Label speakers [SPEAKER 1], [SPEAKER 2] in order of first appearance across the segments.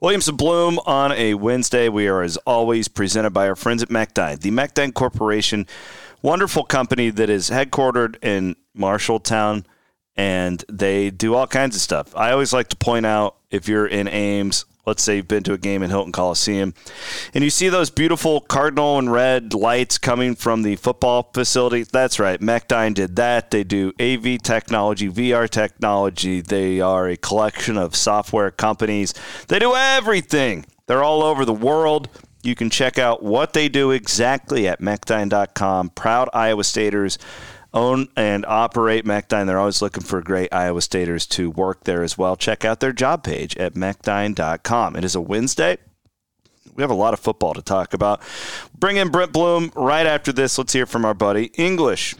[SPEAKER 1] Williamson Bloom on a Wednesday. We are, as always, presented by our friends at MacDine, the MacDine Corporation, wonderful company that is headquartered in Marshalltown, and they do all kinds of stuff. I always like to point out if you're in Ames, let's say you've been to a game in Hilton Coliseum, and you see those beautiful cardinal and red lights coming from the football facility. That's right, MacDine did that. They do AV technology, VR technology. They are a collection of software companies. They do everything. They're all over the world. You can check out what they do exactly at MacDine.com. Proud Iowa Staters own and operate MacDine. They're always looking for great Iowa Staters to work there as well. Check out their job page at MacDine.com. It is a Wednesday. We have a lot of football to talk about. Bring in Brent Bloom right after this. Let's hear from our buddy English.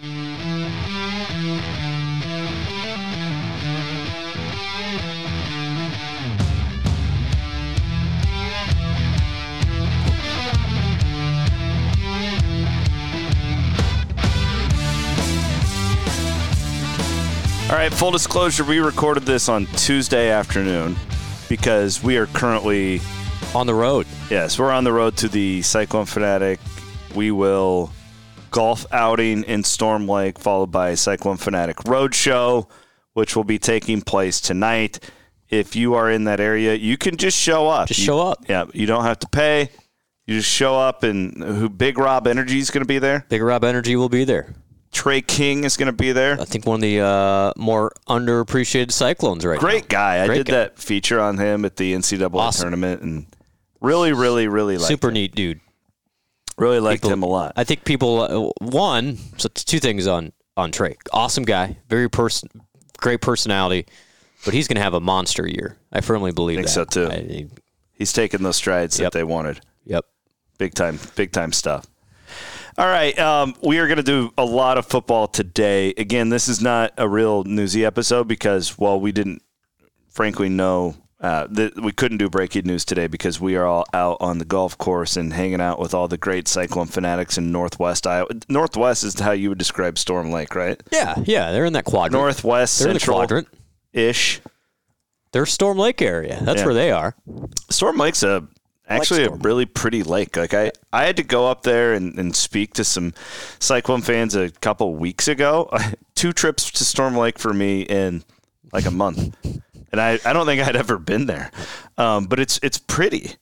[SPEAKER 1] All right, full disclosure, we recorded this on Tuesday afternoon because we are currently
[SPEAKER 2] on the road.
[SPEAKER 1] Yes, we're on the road to the Cyclone Fanatic. We will golf outing in Storm Lake, followed by Cyclone Fanatic Roadshow, which will be taking place tonight. If you are in that area, you can just show up.
[SPEAKER 2] Just
[SPEAKER 1] you,
[SPEAKER 2] show up.
[SPEAKER 1] Yeah, you don't have to pay. You just show up, and who Big Rob Energy is going to be there.
[SPEAKER 2] Big Rob Energy will be there.
[SPEAKER 1] Trey King is going to be there.
[SPEAKER 2] I think one of the uh, more underappreciated Cyclones right
[SPEAKER 1] Great
[SPEAKER 2] now.
[SPEAKER 1] guy.
[SPEAKER 2] Great
[SPEAKER 1] I did
[SPEAKER 2] guy.
[SPEAKER 1] that feature on him at the NCAA awesome. tournament and really, really, really liked
[SPEAKER 2] Super
[SPEAKER 1] him.
[SPEAKER 2] neat dude.
[SPEAKER 1] Really liked people, him a lot.
[SPEAKER 2] I think people, uh, one, so two things on, on Trey. Awesome guy. Very person, great personality. But he's going to have a monster year. I firmly believe
[SPEAKER 1] I think
[SPEAKER 2] that.
[SPEAKER 1] so too. I, he, he's taking those strides yep. that they wanted.
[SPEAKER 2] Yep.
[SPEAKER 1] Big time, big time stuff. All right, um, we are going to do a lot of football today. Again, this is not a real newsy episode because, well, we didn't, frankly, know uh, that we couldn't do breaking news today because we are all out on the golf course and hanging out with all the great Cyclone fanatics in Northwest Iowa. Northwest is how you would describe Storm Lake, right?
[SPEAKER 2] Yeah, yeah, they're in that quadrant.
[SPEAKER 1] Northwest,
[SPEAKER 2] they're
[SPEAKER 1] Central
[SPEAKER 2] in the quadrant
[SPEAKER 1] ish.
[SPEAKER 2] They're Storm Lake area. That's
[SPEAKER 1] Yeah.
[SPEAKER 2] where they are.
[SPEAKER 1] Storm Lake's a actually a
[SPEAKER 2] Storm.
[SPEAKER 1] really pretty lake. Like I, I had to go up there and, and speak to some Cyclone fans a couple weeks ago. Two trips to Storm Lake for me in like a month, and I, I don't think I'd ever been there. Um, but it's it's pretty.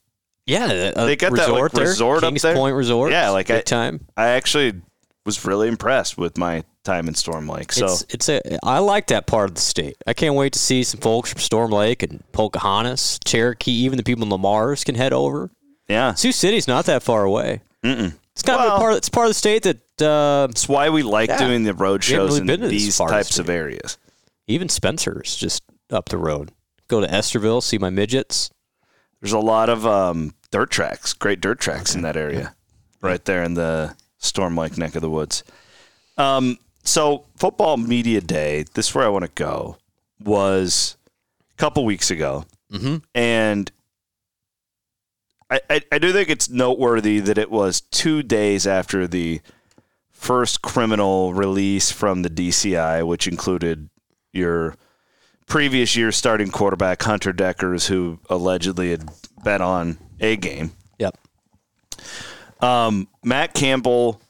[SPEAKER 2] Yeah, a
[SPEAKER 1] They got that, like,
[SPEAKER 2] resort there,
[SPEAKER 1] resort up
[SPEAKER 2] Kings
[SPEAKER 1] there.
[SPEAKER 2] Point Resort.
[SPEAKER 1] Yeah, like
[SPEAKER 2] big
[SPEAKER 1] I-
[SPEAKER 2] time.
[SPEAKER 1] I actually was really impressed with my time in Storm Lake. So
[SPEAKER 2] it's, it's a I like that part of the state. I can't wait to see some folks from Storm Lake and Pocahontas, Cherokee, even the people in Lamar's can head over.
[SPEAKER 1] yeah,
[SPEAKER 2] Sioux City's not that far away.
[SPEAKER 1] Mm-mm.
[SPEAKER 2] It's kind of
[SPEAKER 1] Well-
[SPEAKER 2] a part. It's part of the state that uh,
[SPEAKER 1] it's why we like
[SPEAKER 2] Yeah.
[SPEAKER 1] doing the road
[SPEAKER 2] We haven't
[SPEAKER 1] shows
[SPEAKER 2] really been
[SPEAKER 1] in
[SPEAKER 2] to this
[SPEAKER 1] these
[SPEAKER 2] far
[SPEAKER 1] types
[SPEAKER 2] state.
[SPEAKER 1] of areas.
[SPEAKER 2] even Spencer's just up the road. Go to Esterville, see my midgets.
[SPEAKER 1] There's a lot of um, dirt tracks, great dirt tracks in that area, right there in the Storm Lake neck of the woods. Um, so, football media day, this is where I want to go, was a couple weeks ago.
[SPEAKER 2] Mm-hmm.
[SPEAKER 1] And I, I do think it's noteworthy that it was two days after the first criminal release from the DCI, which included your previous year starting quarterback Hunter Deckers, who allegedly had bet on a game.
[SPEAKER 2] Yep.
[SPEAKER 1] Um, Matt Campbell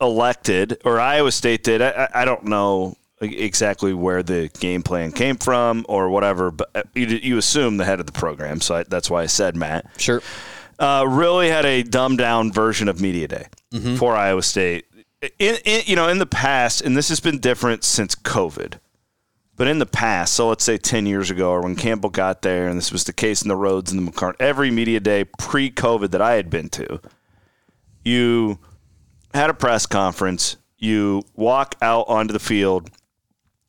[SPEAKER 1] elected, or Iowa State did. I, I- I don't know exactly where the game plan came from or whatever, but uh, you, you assume the head of the program, so I, that's why I said Matt
[SPEAKER 2] Sure.
[SPEAKER 1] uh, really had a dumbed down version of media day for Iowa State. In, in you know in the past, and this has been different since COVID, but in the past, so let's say ten years ago, or when Campbell got there, and this was the case in the roads in the McCarn, every media day pre COVID that I had been to, you had a press conference, you walk out onto the field,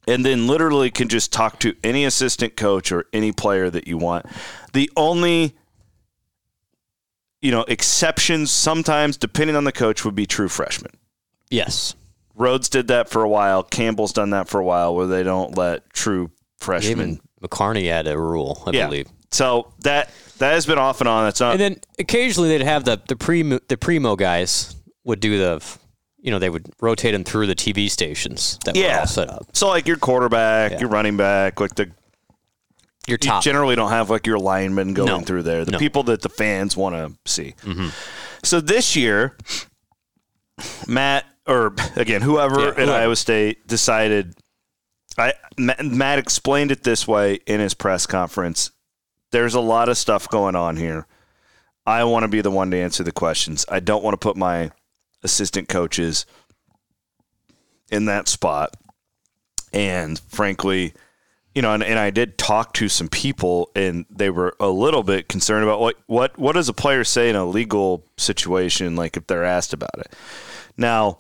[SPEAKER 1] and then literally can just talk to any assistant coach or any player that you want. The only you know, exceptions sometimes, depending on the coach, would be true freshmen.
[SPEAKER 2] Yes.
[SPEAKER 1] Rhodes did that for a while. Campbell's done that for a while, where they don't let true freshmen.
[SPEAKER 2] Even McCarney had a rule, I
[SPEAKER 1] yeah. Uh,
[SPEAKER 2] believe.
[SPEAKER 1] So that that has been off and on. That's not.
[SPEAKER 2] and then occasionally they'd have the the primo the primo guys would do the you know they would rotate them through the TV stations that were
[SPEAKER 1] yeah.
[SPEAKER 2] all set up.
[SPEAKER 1] So like your quarterback,
[SPEAKER 2] Yeah.
[SPEAKER 1] your running back, like the
[SPEAKER 2] Your
[SPEAKER 1] you
[SPEAKER 2] top
[SPEAKER 1] generally don't have like your linemen going
[SPEAKER 2] No.
[SPEAKER 1] through there. The
[SPEAKER 2] No. Mm-hmm.
[SPEAKER 1] people that the fans want to see. So this year, Matt or again whoever
[SPEAKER 2] Yeah,
[SPEAKER 1] at
[SPEAKER 2] whoever.
[SPEAKER 1] Iowa State decided. I Ma- Matt explained it this way in his press conference. There's a lot of stuff going on here. I want to be the one to answer the questions. I don't want to put my assistant coaches in that spot. And frankly, you know, and, and I did talk to some people and they were a little bit concerned about what, what, what does a player say in a legal situation, like if they're asked about it. Now,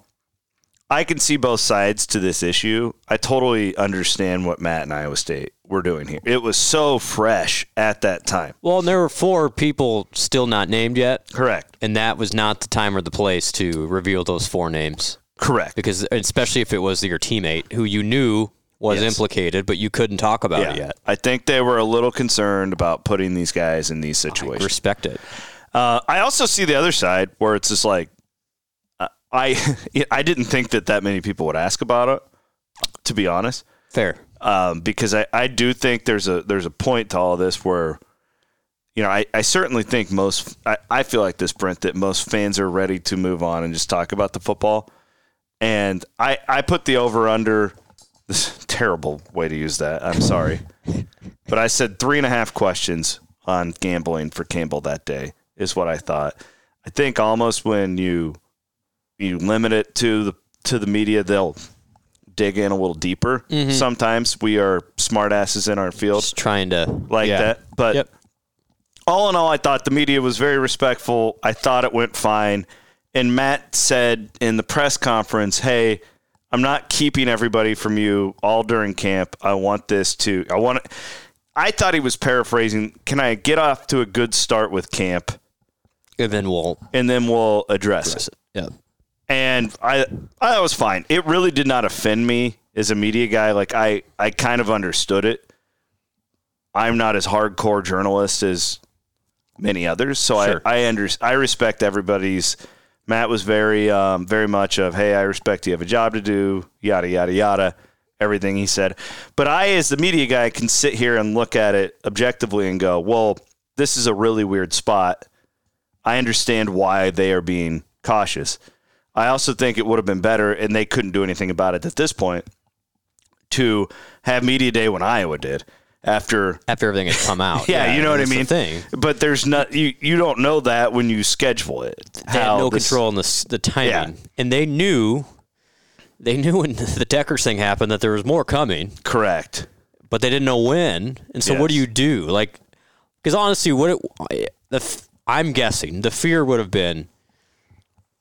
[SPEAKER 1] I can see both sides to this issue. I totally understand what Matt and Iowa State were doing here. It was so fresh at that time.
[SPEAKER 2] Well, and there were four people still not named yet,
[SPEAKER 1] Correct.
[SPEAKER 2] and that was not the time or the place to reveal those four names
[SPEAKER 1] Correct.
[SPEAKER 2] because especially if it was your teammate who you knew was
[SPEAKER 1] Yes.
[SPEAKER 2] implicated, but you couldn't talk about it yet.
[SPEAKER 1] I think they were a little concerned about putting these guys in these situations.
[SPEAKER 2] Respect it.
[SPEAKER 1] Uh, I also see the other side where it's just like, uh, I I didn't think that that many people would ask about it, to be honest,
[SPEAKER 2] Fair.
[SPEAKER 1] um, because I, I do think there's a there's a point to all this where, you know, I, I certainly think most I, I feel like this Brent that most fans are ready to move on and just talk about the football, and I I put the over under. This is a terrible way to use that. I'm sorry. But I said three and a half questions on gambling for Campbell that day is what I thought. I think almost when you you limit it to the to the media, they'll dig in a little deeper.
[SPEAKER 2] Mm-hmm.
[SPEAKER 1] Sometimes we are smartasses in our field
[SPEAKER 2] Just trying to
[SPEAKER 1] like
[SPEAKER 2] yeah.
[SPEAKER 1] that. But
[SPEAKER 2] Yep.
[SPEAKER 1] all in all, I thought the media was very respectful. I thought it went fine. And Matt said in the press conference, "Hey, I'm not keeping everybody from you all during camp. I want this to. I want. it-" I thought he was paraphrasing. Can I get off to a good start with camp,
[SPEAKER 2] and then we'll
[SPEAKER 1] and then we'll address, it."
[SPEAKER 2] yeah.
[SPEAKER 1] and I I was fine. It really did not offend me as a media guy. Like I I kind of understood it. I'm not as hardcore journalist as many others, so
[SPEAKER 2] Sure.
[SPEAKER 1] I I under, I respect everybody's. Matt was very um, very much of hey I respect you have a job to do yada yada yada everything he said, but I as the media guy can sit here and look at it objectively and go well this is a really weird spot. I understand why they are being cautious. I also think it would have been better, and they couldn't do anything about it at this point, to have media day when Iowa did after.
[SPEAKER 2] After everything had come out.
[SPEAKER 1] Yeah, you know what I
[SPEAKER 2] that's the
[SPEAKER 1] mean.
[SPEAKER 2] thing.
[SPEAKER 1] But there's not you. You don't know that when you schedule it.
[SPEAKER 2] they had
[SPEAKER 1] how
[SPEAKER 2] no
[SPEAKER 1] this-
[SPEAKER 2] control on the s- the timing,
[SPEAKER 1] Yeah.
[SPEAKER 2] and they knew they knew when the Deckers thing happened that there was more coming,
[SPEAKER 1] Correct.
[SPEAKER 2] but they didn't know when. And so, what do
[SPEAKER 1] Yes.
[SPEAKER 2] you do? Like, because honestly, what it, the f- I'm guessing the fear would have been.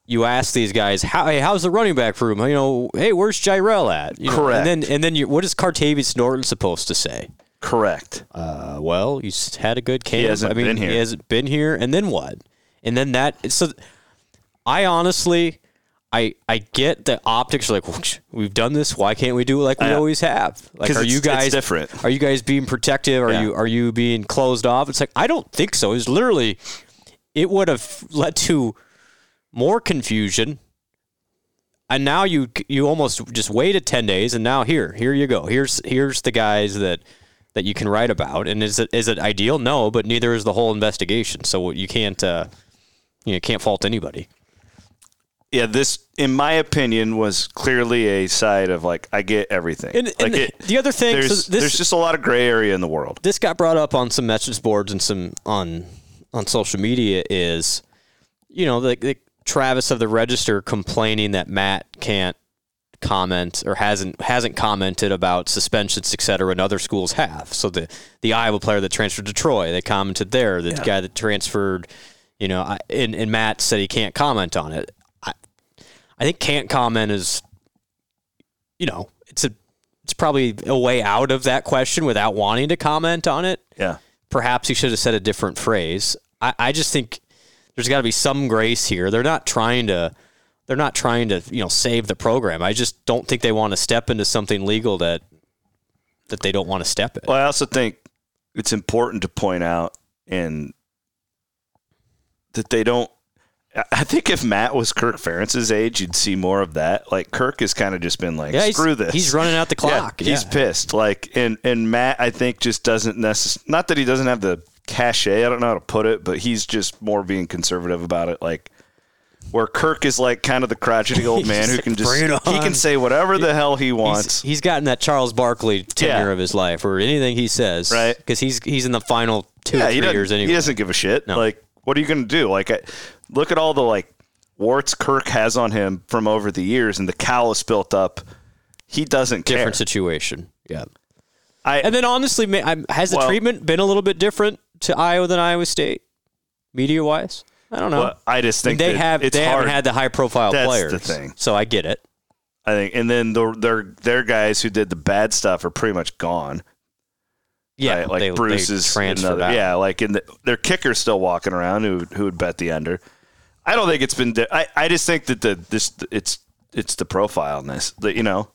[SPEAKER 2] You ask these guys, how, hey, how's the running back room? You know, hey, where's Jirel at? You know,
[SPEAKER 1] Correct.
[SPEAKER 2] and then, and then, you, what is Cartavius Norton supposed to say?
[SPEAKER 1] Correct.
[SPEAKER 2] uh, well, he's had a good camp.
[SPEAKER 1] hasn't
[SPEAKER 2] I mean,
[SPEAKER 1] been here.
[SPEAKER 2] he hasn't been here, and then what? And then that. So, I honestly, I I get the optics. Like we've done this. Why can't we do it like we
[SPEAKER 1] Yeah.
[SPEAKER 2] always have? Like,
[SPEAKER 1] 'Cause
[SPEAKER 2] are
[SPEAKER 1] it's-
[SPEAKER 2] you
[SPEAKER 1] it's
[SPEAKER 2] guys
[SPEAKER 1] different.
[SPEAKER 2] Are you guys being protective? Are
[SPEAKER 1] Yeah.
[SPEAKER 2] you are you being closed off? It's like I don't think so. It's literally it would have led to more confusion. And now you you almost just waited ten days, and now here here you go. Here's here's the guys that that you can write about. And is it is it ideal? No, but neither is the whole investigation. So you can't uh, you know, can't fault anybody.
[SPEAKER 1] yeah, this, in my opinion, was clearly a side of like I get everything.
[SPEAKER 2] And-
[SPEAKER 1] like
[SPEAKER 2] and the other thing- so
[SPEAKER 1] there's,
[SPEAKER 2] this-
[SPEAKER 1] there's just a lot of gray area in the world.
[SPEAKER 2] This got brought up on some message boards and some on on social media is, you know, like the Travis of the Register complaining that Matt can't comment or hasn't hasn't commented about suspensions, et cetera, and other schools have. So the the Iowa player that transferred to Troy, they commented there. The guy that transferred, you know, I, and, and Matt said he can't comment on it. I, I think can't comment is, you know, it's a it's probably a way out of that question without wanting to comment on it.
[SPEAKER 1] Yeah.
[SPEAKER 2] Perhaps he should have said a different phrase. I, I just think there's got to be some grace here. They're not trying to they're not trying to you know save the program. I just don't think they want to step into something legal that that they don't want to step in.
[SPEAKER 1] Well, I also think it's important to point out and that they don't. I- I think if Matt was Kirk Ferentz's age, you'd see more of that. Like Kirk has kind of just been like,
[SPEAKER 2] Yeah, he's-
[SPEAKER 1] "Screw this."
[SPEAKER 2] he's running out the
[SPEAKER 1] Yeah,
[SPEAKER 2] clock,
[SPEAKER 1] he's
[SPEAKER 2] yeah.
[SPEAKER 1] pissed. Like, and and Matt, I think just doesn't necess. Not that he doesn't have the cachet. I don't know how to put it, but he's just more being conservative about it. Like, where Kirk is like kind of the crotchety old man who
[SPEAKER 2] like,
[SPEAKER 1] can just
[SPEAKER 2] "Bring it
[SPEAKER 1] he
[SPEAKER 2] on."
[SPEAKER 1] can say whatever the hell he
[SPEAKER 2] He's,
[SPEAKER 1] wants.
[SPEAKER 2] he's gotten that Charles Barkley tenure
[SPEAKER 1] Yeah.
[SPEAKER 2] of his life, where anything he says,
[SPEAKER 1] Right.
[SPEAKER 2] Because he's he's in the final two or
[SPEAKER 1] he
[SPEAKER 2] three
[SPEAKER 1] doesn't-
[SPEAKER 2] years anyway.
[SPEAKER 1] He doesn't give a shit. Like, what are you going to do? Like, I, look at all the like warts Kirk has on him from over the years, and the callus built up. He doesn't care.
[SPEAKER 2] Different situation, yeah.
[SPEAKER 1] I,
[SPEAKER 2] And then honestly, ma- I'm- has the
[SPEAKER 1] Well-
[SPEAKER 2] treatment been a little bit different to Iowa than Iowa State, media wise? I don't know.
[SPEAKER 1] well, I just
[SPEAKER 2] I mean,
[SPEAKER 1] think
[SPEAKER 2] they
[SPEAKER 1] that
[SPEAKER 2] have
[SPEAKER 1] It's
[SPEAKER 2] they
[SPEAKER 1] hard.
[SPEAKER 2] haven't had the high profile
[SPEAKER 1] That's
[SPEAKER 2] players.
[SPEAKER 1] the thing.
[SPEAKER 2] So I get it.
[SPEAKER 1] I think, and then the, their their guys who did the bad stuff are pretty much gone.
[SPEAKER 2] Yeah,
[SPEAKER 1] right? like
[SPEAKER 2] they,
[SPEAKER 1] Bruce
[SPEAKER 2] they
[SPEAKER 1] is
[SPEAKER 2] transferred
[SPEAKER 1] another.
[SPEAKER 2] out.
[SPEAKER 1] Yeah, like in the, their kicker's still walking around who who would bet the under. I don't think it's been. di- I I just think that the this it's it's the profile in this that you know.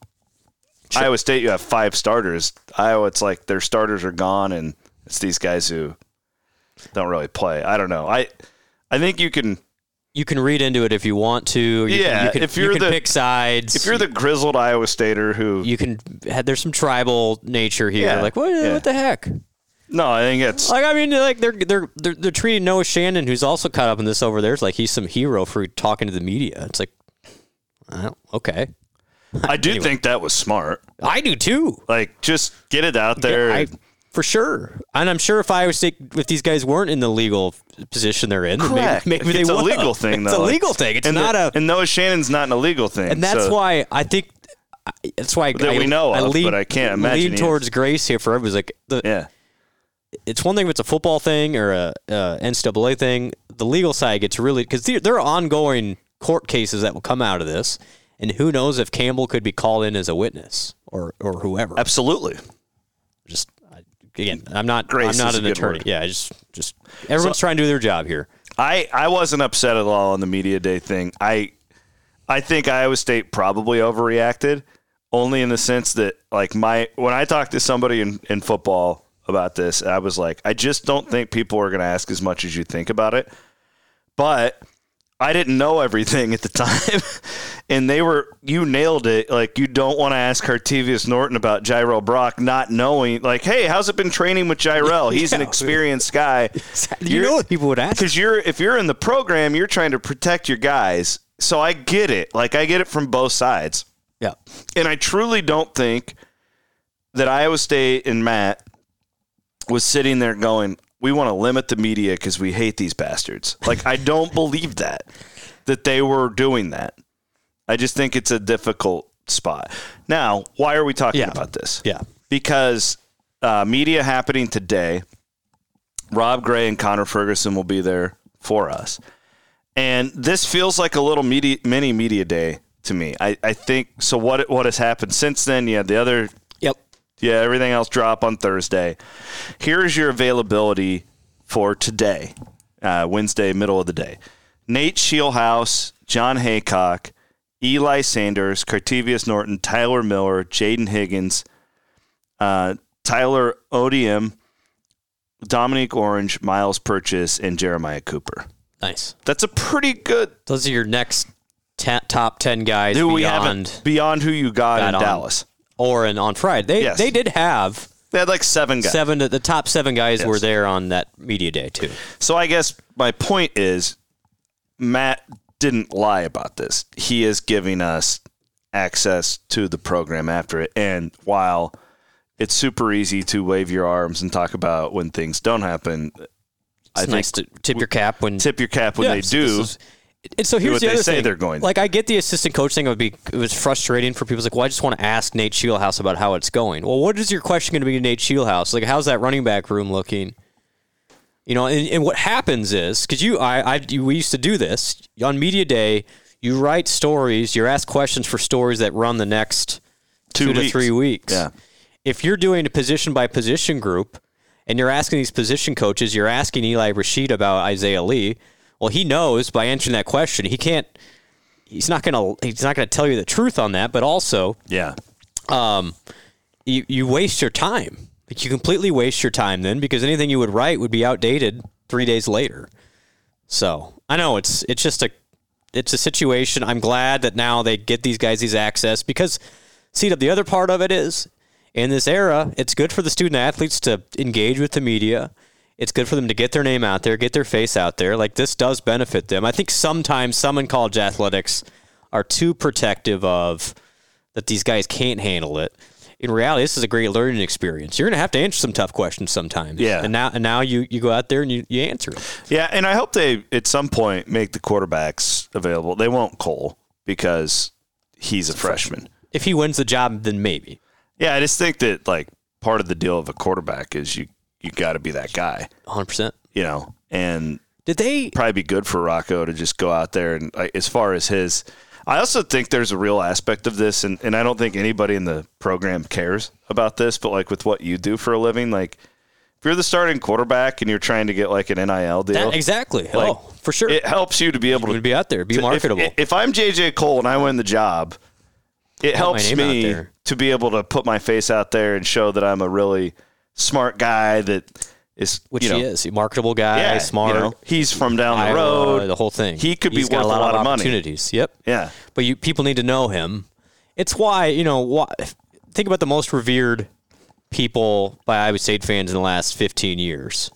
[SPEAKER 1] Iowa State, you have five starters. Iowa, it's like their starters are gone, and it's these guys who don't really play. I don't know. I I think you can
[SPEAKER 2] you can read into it if you want to. You can-
[SPEAKER 1] Yeah,
[SPEAKER 2] you can,
[SPEAKER 1] if
[SPEAKER 2] you
[SPEAKER 1] you're
[SPEAKER 2] can
[SPEAKER 1] the-
[SPEAKER 2] pick sides.
[SPEAKER 1] if you're the grizzled Iowa Stater who
[SPEAKER 2] you can there's some tribal nature here.
[SPEAKER 1] Yeah,
[SPEAKER 2] Like what?
[SPEAKER 1] yeah.
[SPEAKER 2] What the heck?
[SPEAKER 1] no, I think it's
[SPEAKER 2] Like I mean, like they're they're they're, they're treating Noah Shannon, who's also caught up in this over there. It's like he's some hero for talking to the media. It's like, well, okay,
[SPEAKER 1] I do think that was smart.
[SPEAKER 2] I do too.
[SPEAKER 1] Like just get it out there.
[SPEAKER 2] Yeah, I, for sure. And I'm sure if Iowa State, if these guys weren't in the legal position they're in, then
[SPEAKER 1] Correct.
[SPEAKER 2] maybe, maybe they
[SPEAKER 1] it's a
[SPEAKER 2] would.
[SPEAKER 1] legal thing, though.
[SPEAKER 2] It's a
[SPEAKER 1] like-
[SPEAKER 2] legal thing. It's
[SPEAKER 1] and
[SPEAKER 2] not
[SPEAKER 1] the-
[SPEAKER 2] a.
[SPEAKER 1] And Noah Shannon's not an illegal thing.
[SPEAKER 2] And that's
[SPEAKER 1] so-
[SPEAKER 2] why I think. I- That's why
[SPEAKER 1] That
[SPEAKER 2] I,
[SPEAKER 1] we know
[SPEAKER 2] I
[SPEAKER 1] of,
[SPEAKER 2] lean,
[SPEAKER 1] but I can't imagine
[SPEAKER 2] lean
[SPEAKER 1] he is.
[SPEAKER 2] towards grace here for everybody's like the,
[SPEAKER 1] Yeah.
[SPEAKER 2] it's one thing if it's a football thing or a, a NCAA thing. The legal side gets really because there are ongoing court cases that will come out of this, and who knows if Campbell could be called in as a witness or or whoever.
[SPEAKER 1] Absolutely.
[SPEAKER 2] just I, again, I'm not
[SPEAKER 1] Grace
[SPEAKER 2] I'm not
[SPEAKER 1] is a
[SPEAKER 2] an
[SPEAKER 1] good
[SPEAKER 2] attorney.
[SPEAKER 1] word.
[SPEAKER 2] Yeah, I just just everyone's trying to do their job here.
[SPEAKER 1] I, I wasn't upset at all on the media day thing. I I think Iowa State probably overreacted, only in the sense that like my when I talked to somebody in, in football about this, I was like, I just don't think people are gonna ask as much as you think about it. But I didn't know everything at the time. and they were you nailed it. Like you don't want to ask Hartivius Norton about Jirel Brock not knowing like, hey, how's it been training with Jirel? He's an
[SPEAKER 2] Yeah.
[SPEAKER 1] experienced guy.
[SPEAKER 2] You know what people would ask.
[SPEAKER 1] because you're if you're in the program, you're trying to protect your guys. So I get it. Like I get it from both sides,
[SPEAKER 2] Yeah,
[SPEAKER 1] and I truly don't think that Iowa State and Matt was sitting there going, "We want to limit the media because we hate these bastards." Like I don't believe that that they were doing that. I just think it's a difficult spot. Now, why are we talking
[SPEAKER 2] Yeah.
[SPEAKER 1] about this?
[SPEAKER 2] yeah.
[SPEAKER 1] because uh, media happening today. Rob Gray and Connor Ferguson will be there for us, and this feels like a little media, mini media day to me. I, I think so. What what has happened since then? You had the other
[SPEAKER 2] Yep.
[SPEAKER 1] yeah, everything else drop on Thursday. Here is your availability for today, uh, Wednesday, middle of the day. Nate Shielhouse, John Haycock, Eli Sanders, Cartavius Norton, Tyler Miller, Jaden Higgins, uh, Tyler Odium, Dominique Orange, Miles Purchase, and Jeremiah Cooper.
[SPEAKER 2] Nice.
[SPEAKER 1] That's a pretty good
[SPEAKER 2] Those are your next te- top ten guys
[SPEAKER 1] who we haven't
[SPEAKER 2] beyond
[SPEAKER 1] beyond who you got,
[SPEAKER 2] got
[SPEAKER 1] in
[SPEAKER 2] on-
[SPEAKER 1] Dallas.
[SPEAKER 2] or in, on Friday. They
[SPEAKER 1] Yes.
[SPEAKER 2] they did have
[SPEAKER 1] They had like seven guys.
[SPEAKER 2] seven. The top seven guys were
[SPEAKER 1] Yes.
[SPEAKER 2] there on that media day too.
[SPEAKER 1] So I guess my point is Matt didn't lie about this. He is giving us access to the program after it. And while it's super easy to wave your arms and talk about when things don't happen,
[SPEAKER 2] It's nice to tip your cap when
[SPEAKER 1] tip your cap when
[SPEAKER 2] Yeah,
[SPEAKER 1] they
[SPEAKER 2] so
[SPEAKER 1] do.
[SPEAKER 2] this is- and so here's
[SPEAKER 1] what
[SPEAKER 2] the
[SPEAKER 1] they
[SPEAKER 2] other
[SPEAKER 1] say
[SPEAKER 2] thing.
[SPEAKER 1] they're going to.
[SPEAKER 2] Like I get the assistant coach thing. It would be it was frustrating for people. It's like, well, I just want to ask Nate Shieldhouse about how it's going. Well, what is your question going to be to Nate Shieldhouse? Like, how's that running back room looking? You know, and, and what happens is because you, I, I, you, we used to do this on media day. You write stories. You're asked questions for stories that run the next
[SPEAKER 1] Two
[SPEAKER 2] two to
[SPEAKER 1] weeks.
[SPEAKER 2] three weeks.
[SPEAKER 1] Yeah.
[SPEAKER 2] If you're doing a position by position group and you're asking these position coaches, you're asking Eli Rashid about Isaiah Lee. Well, he knows by answering that question, he can't. He's not gonna. He's not gonna tell you the truth on that. But also,
[SPEAKER 1] yeah.
[SPEAKER 2] um, you you waste your time. Like you completely waste your time then because anything you would write would be outdated three days later. So I know it's it's just a it's a situation. I'm glad that now they get these guys these access because see the other part of it is in this era, it's good for the student athletes to engage with the media. It's good for them to get their name out there, get their face out there. Like this does benefit them. I think sometimes some in college athletics are too protective of that these guys can't handle it. In reality, this is a great learning experience. You're going to have to answer some tough questions sometimes.
[SPEAKER 1] Yeah.
[SPEAKER 2] And now, and now you, you go out there and you, you answer it.
[SPEAKER 1] Yeah, and I hope they at some point make the quarterbacks available. They won't Cole because he's a freshman.
[SPEAKER 2] If he wins the job, then maybe.
[SPEAKER 1] Yeah, I just think that like part of the deal of a quarterback is you you got to be that guy,
[SPEAKER 2] 100%.
[SPEAKER 1] you know. And
[SPEAKER 2] Did they?
[SPEAKER 1] probably be good for Rocco to just go out there and like, as far as his. I also think there's a real aspect of this, and, and I don't think anybody in the program cares about this, but like with what you do for a living, like if you're the starting quarterback and you're trying to get like an NIL deal,
[SPEAKER 2] That, exactly.
[SPEAKER 1] like,
[SPEAKER 2] oh, for sure.
[SPEAKER 1] it helps you to be able
[SPEAKER 2] You
[SPEAKER 1] to
[SPEAKER 2] would be out there, be
[SPEAKER 1] to- if-
[SPEAKER 2] marketable.
[SPEAKER 1] If, I'm JJ Cole and I win the job, it
[SPEAKER 2] Put my
[SPEAKER 1] helps
[SPEAKER 2] name out
[SPEAKER 1] me
[SPEAKER 2] there.
[SPEAKER 1] to be able to put my face out there and show that I'm a really smart guy that is
[SPEAKER 2] which
[SPEAKER 1] you know,
[SPEAKER 2] he is. A marketable guy,
[SPEAKER 1] yeah,
[SPEAKER 2] smart.
[SPEAKER 1] you know, he's from down the
[SPEAKER 2] Iowa,
[SPEAKER 1] road.
[SPEAKER 2] the whole thing.
[SPEAKER 1] He could
[SPEAKER 2] He's
[SPEAKER 1] be worth
[SPEAKER 2] got a lot, of,
[SPEAKER 1] money.
[SPEAKER 2] opportunities. Yep.
[SPEAKER 1] Yeah.
[SPEAKER 2] But you people need to know him. It's why you know. Why, think about the most revered people by Iowa State fans in the last 15 years.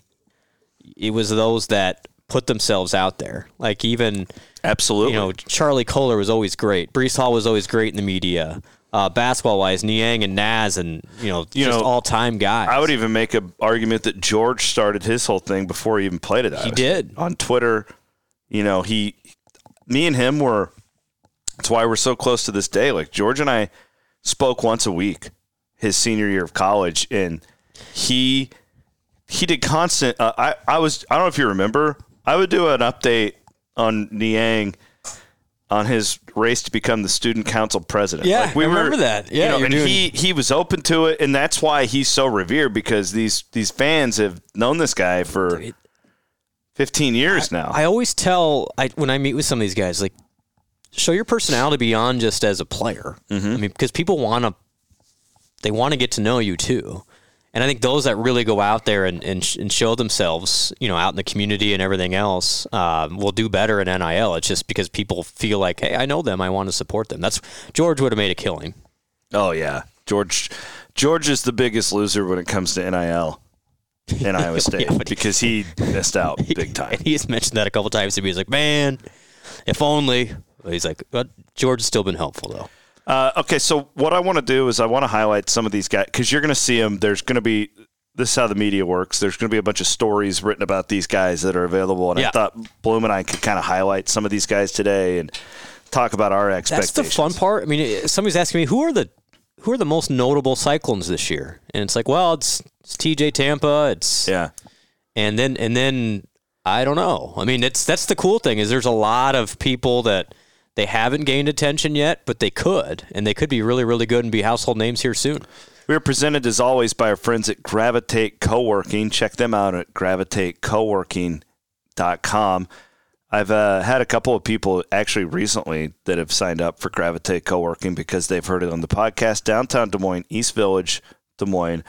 [SPEAKER 2] It was those that put themselves out there. Like even
[SPEAKER 1] Absolutely.
[SPEAKER 2] you know, Charlie Kohler was always great. Brees Hall was always great in the media. Uh, basketball wise, Niang and Nas, and you know,
[SPEAKER 1] You
[SPEAKER 2] just
[SPEAKER 1] know,
[SPEAKER 2] all time guys.
[SPEAKER 1] I would even make an argument that George started his whole thing before he even played it.
[SPEAKER 2] He did.
[SPEAKER 1] on Twitter. You know, he, me and him were. That's why we're so close to this day. Like George and I spoke once a week his senior year of college, and he he did constant. Uh, I I was I don't know if you remember. I would do an update on Niang on his race to become the student council president.
[SPEAKER 2] Yeah, I remember that. Yeah,
[SPEAKER 1] you know,
[SPEAKER 2] you're
[SPEAKER 1] and
[SPEAKER 2] doing-
[SPEAKER 1] he he was open to it, and that's why he's so revered because these these fans have known this guy for fifteen years now.
[SPEAKER 2] I always tell I, when I meet with some of these guys, like, show your personality beyond just as a player.
[SPEAKER 1] Mm-hmm.
[SPEAKER 2] I mean, because people want to, they want to get to know you too. And I think those that really go out there and, and, sh- and show themselves, you know, out in the community and everything else, um, will do better in NIL. It's just because people feel like, hey, I know them, I want to support them. That's George would have made a killing.
[SPEAKER 1] oh yeah, George George is the biggest loser when it comes to nil in Iowa State
[SPEAKER 2] but he-
[SPEAKER 1] because he missed out big time.
[SPEAKER 2] And he has mentioned that a couple times to me. He's like, man, if only. But he's like, but George's still been helpful though.
[SPEAKER 1] Uh, okay, so what I want to do is I want to highlight some of these guys because you're going to see them. There's going to be this is how the media works. There's going to be a bunch of stories written about these guys that are available, and I
[SPEAKER 2] Yeah.
[SPEAKER 1] thought Bloom and I could kind of highlight some of these guys today and talk about our
[SPEAKER 2] That's the
[SPEAKER 1] expectations.
[SPEAKER 2] fun part. I mean, it- somebody's asking me who are the who are the most notable Cyclones this year, and it's like, well, it's, it's TJ Tampa, it's
[SPEAKER 1] Yeah,
[SPEAKER 2] and then and then I don't know. I mean, it's that's the cool thing is there's a lot of people that they haven't gained attention yet, but they could, and they could be really really good and be household names here soon.
[SPEAKER 1] we are presented as always by our friends at Gravitate Coworking. Check them out at gravitatecoworking.com. I've uh, had a couple of people actually recently that have signed up for Gravitate Coworking because they've heard it on the podcast downtown Des Moines, East Village, Des Moines,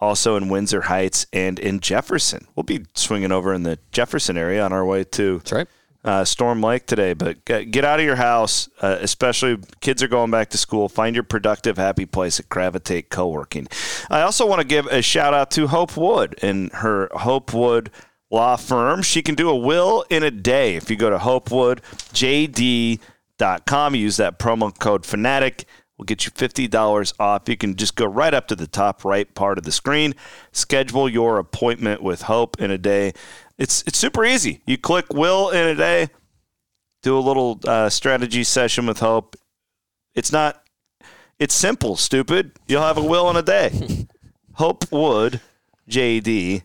[SPEAKER 1] also in Windsor Heights and in Jefferson. We'll be swinging over in the Jefferson area on our way to
[SPEAKER 2] That's right.
[SPEAKER 1] uh, Storm Lake today. But get, get out of your house, uh, especially kids are going back to school. Find your productive, happy place at Gravitate Co-working. I also want to give a shout out to Hope Wood and her Hope Wood Law Firm. She can do a will in a day. If you go to hopewoodjd.com, use that promo code Fanatic. We'll get you $50 off. You can just go right up to the top right part of the screen, schedule your appointment with Hope in a day. It's, it's super easy. You click Will in a day, do a little uh, strategy session with Hope. It's not, it's simple, stupid. You'll have a will in a day. HopeWoodJD.com.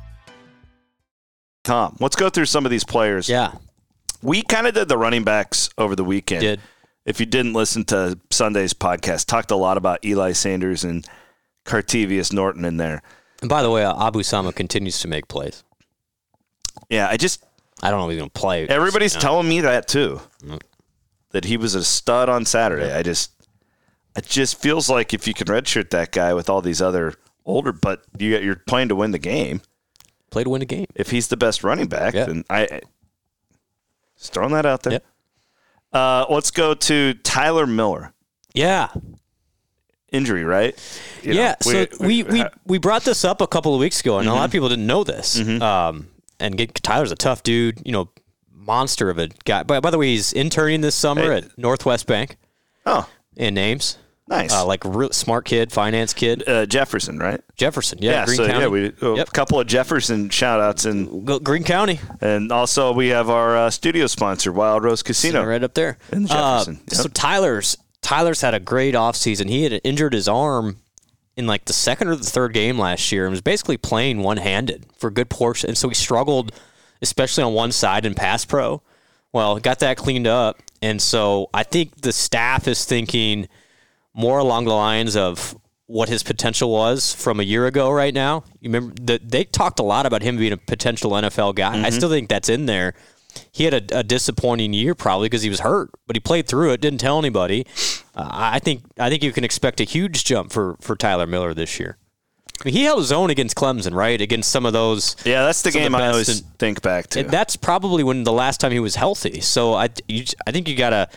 [SPEAKER 1] Tom, let's go through some of these players.
[SPEAKER 2] Yeah,
[SPEAKER 1] We kind of did the running backs over the weekend.
[SPEAKER 2] did.
[SPEAKER 1] If you didn't listen to Sunday's podcast, talked a lot about Eli Sanders and Cartavius Norton in there.
[SPEAKER 2] And by the way, uh, Abu Sama continues to make plays.
[SPEAKER 1] Yeah, I just
[SPEAKER 2] I don't know if he's going to play.
[SPEAKER 1] everybody's
[SPEAKER 2] You know,
[SPEAKER 1] telling me that too.
[SPEAKER 2] Mm.
[SPEAKER 1] That he was a stud on Saturday. I just it just feels like if you can redshirt that guy with all these other older but you you're playing to win the game.
[SPEAKER 2] play to win a game.
[SPEAKER 1] If he's the best running back,
[SPEAKER 2] Yeah.
[SPEAKER 1] then I just throwing that out there.
[SPEAKER 2] Yep.
[SPEAKER 1] Uh, let's go to Tyler Miller.
[SPEAKER 2] Yeah,
[SPEAKER 1] injury, right? You
[SPEAKER 2] yeah. so
[SPEAKER 1] know,
[SPEAKER 2] we, we, we brought this up a couple of weeks ago, and a
[SPEAKER 1] Mm-hmm.
[SPEAKER 2] lot of people didn't know this. Um, and get, Tyler's a tough dude, you know, monster of a guy. By, by the way, he's interning this summer
[SPEAKER 1] Hey.
[SPEAKER 2] at Northwest Bank
[SPEAKER 1] oh,
[SPEAKER 2] in Ames.
[SPEAKER 1] nice.
[SPEAKER 2] Uh, like real smart kid, finance kid,
[SPEAKER 1] uh, Jefferson, right?
[SPEAKER 2] Jefferson. Yeah, Green
[SPEAKER 1] so
[SPEAKER 2] County.
[SPEAKER 1] yeah, we oh, a
[SPEAKER 2] Yep.
[SPEAKER 1] couple of Jefferson shout outs and
[SPEAKER 2] Go- Green County,
[SPEAKER 1] and also we have our uh, studio sponsor Wild Rose Casino.
[SPEAKER 2] Sitting right up there. Uh,
[SPEAKER 1] And Jefferson, yep.
[SPEAKER 2] So Tyler's Tyler's had a great offseason. He had injured his arm in like the second or the third game last year and was basically playing one handed for a good portion. And so he struggled, especially on one side in pass pro. Well, got that cleaned up. And so I think the staff is thinking more along the lines of what his potential was from a year ago right now. You remember that they talked a lot about him being a potential NFL guy.
[SPEAKER 1] Mm-hmm.
[SPEAKER 2] I still think that's in there. He had a, a disappointing year probably because he was hurt, but he played through it. Didn't tell anybody. Uh, I I think I think you can expect a huge jump for for Tyler Miller this year. I mean, he held his own against Clemson, right? Against some of those.
[SPEAKER 1] Yeah, that's the
[SPEAKER 2] some of
[SPEAKER 1] game I
[SPEAKER 2] best
[SPEAKER 1] always
[SPEAKER 2] in-
[SPEAKER 1] think back to.
[SPEAKER 2] and that's probably when the last time he was healthy. So I, you, I think you gotta,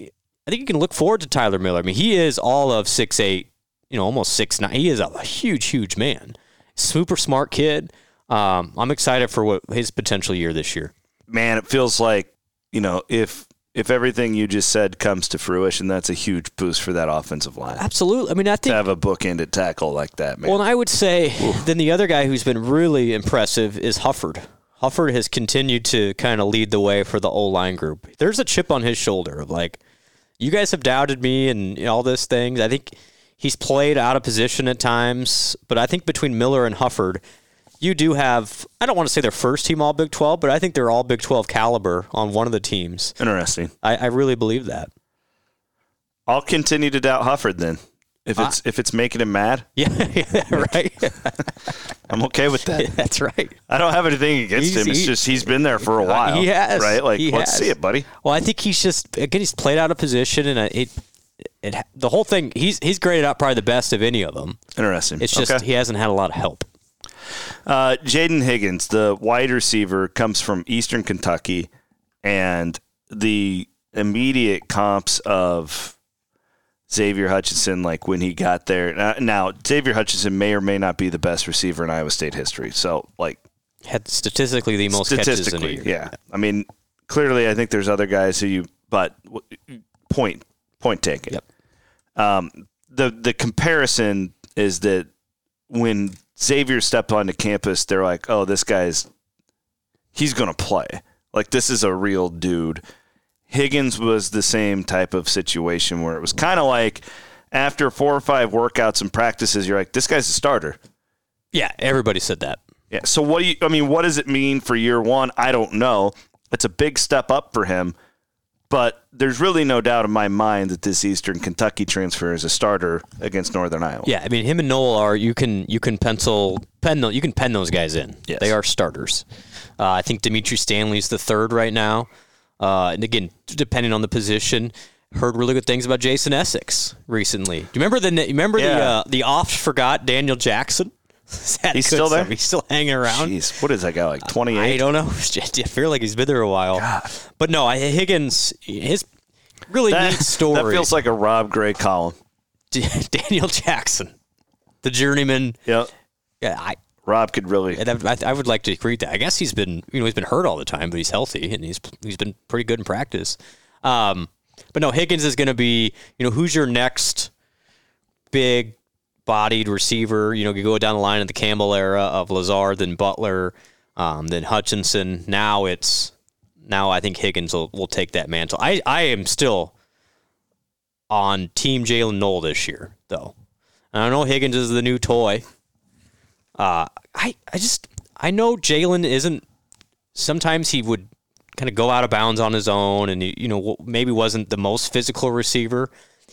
[SPEAKER 2] I think you can look forward to Tyler Miller. I mean, he is all of six eight, you know, almost six nine. He is a huge, huge man, super smart kid. Um, I'm excited for what his potential year this year.
[SPEAKER 1] Man, it feels like you know if if everything you just said comes to fruition, that's a huge boost for that offensive line.
[SPEAKER 2] Absolutely. I mean, I
[SPEAKER 1] To
[SPEAKER 2] think.
[SPEAKER 1] have a bookend at tackle like that, man.
[SPEAKER 2] Well, and I would say then the other guy who's been really impressive is Hufford. Hufford has continued to kind of lead the way for the O line group. There's a chip on his shoulder of like, you guys have doubted me and you know, all those things. I think he's played out of position at times, but I think between Miller and Hufford, you do have, I don't want to say they're first team all Big 12, but I think they're all Big 12 caliber on one of the teams.
[SPEAKER 1] Interesting.
[SPEAKER 2] I, I really believe that.
[SPEAKER 1] I'll continue to doubt Hufford then. If it's if it's making him mad,
[SPEAKER 2] Yeah, yeah right.
[SPEAKER 1] I'm okay with that.
[SPEAKER 2] That's right.
[SPEAKER 1] I don't have anything against
[SPEAKER 2] He's-
[SPEAKER 1] him. It's
[SPEAKER 2] he-
[SPEAKER 1] just he's been there for a while.
[SPEAKER 2] He has,
[SPEAKER 1] right? Like,
[SPEAKER 2] he
[SPEAKER 1] let's
[SPEAKER 2] has.
[SPEAKER 1] see it, buddy.
[SPEAKER 2] Well, I think he's just again he's played out of position, and I- it, it the whole thing he's he's graded out probably the best of any of them.
[SPEAKER 1] Interesting.
[SPEAKER 2] It's just
[SPEAKER 1] Okay.
[SPEAKER 2] he hasn't had a lot of help.
[SPEAKER 1] uh, Jaden Higgins, the wide receiver, comes from Eastern Kentucky, and the immediate comps of Xavier Hutchinson, like when he got there. Now, now, Xavier Hutchinson may or may not be the best receiver in Iowa State history. So, like,
[SPEAKER 2] Had statistically the most catches in a
[SPEAKER 1] statistically,
[SPEAKER 2] year.
[SPEAKER 1] yeah. I mean, clearly, I think there's other guys who you. But w- point point taken. Yep. Um, the the comparison is that when Xavier stepped onto campus, they're like, "Oh, this guy's he's going to play. Like this is a real dude." Higgins was the same type of situation where it was kind of like after four or five workouts and practices, you're like, "This guy's a starter."
[SPEAKER 2] Yeah, everybody said that.
[SPEAKER 1] Yeah. So what do you? I mean, what does it mean for year one? I don't know. It's a big step up for him, but there's really no doubt in my mind that this Eastern Kentucky transfer is a starter against Northern Iowa.
[SPEAKER 2] Yeah, I mean, him and Noel are you can you can pencil pen tho- you can pen those guys in.
[SPEAKER 1] Yes.
[SPEAKER 2] They are starters. Uh, I think Dimitri Stanley's the third right now, uh, and again, depending on the position. Heard really good things about Jason Essex recently. Do you remember the na- remember the
[SPEAKER 1] Yeah.
[SPEAKER 2] uh, the oft forgot Daniel Jackson? Is that
[SPEAKER 1] He's
[SPEAKER 2] good
[SPEAKER 1] still there?
[SPEAKER 2] stuff? He's still hanging around.
[SPEAKER 1] Jeez, what is that guy like? Twenty
[SPEAKER 2] I
[SPEAKER 1] eight.
[SPEAKER 2] don't know. I feel like he's been there a while. But no, I, Higgins, his really
[SPEAKER 1] That,
[SPEAKER 2] neat story.
[SPEAKER 1] that feels like a Rob Gray column.
[SPEAKER 2] Daniel Jackson, the journeyman.
[SPEAKER 1] Yeah,
[SPEAKER 2] Yeah, I,
[SPEAKER 1] Rob could really.
[SPEAKER 2] and I, I would like to agree with that. I guess he's been, you know, he's been hurt all the time, but he's healthy and he's he's been pretty good in practice. Um, but no, Higgins is going to be, you know, who's your next big bodied receiver? You know, you go down the line in the Campbell era of Lazard, then Butler, um, then Hutchinson. Now it's now I think Higgins will, will take that mantle. I, I am still on Team Jalen Noel this year, though. And I know Higgins is the new toy. Uh, I I just I know Jalen isn't. Sometimes he would kind of go out of bounds on his own, and you know w- maybe wasn't the most physical receiver.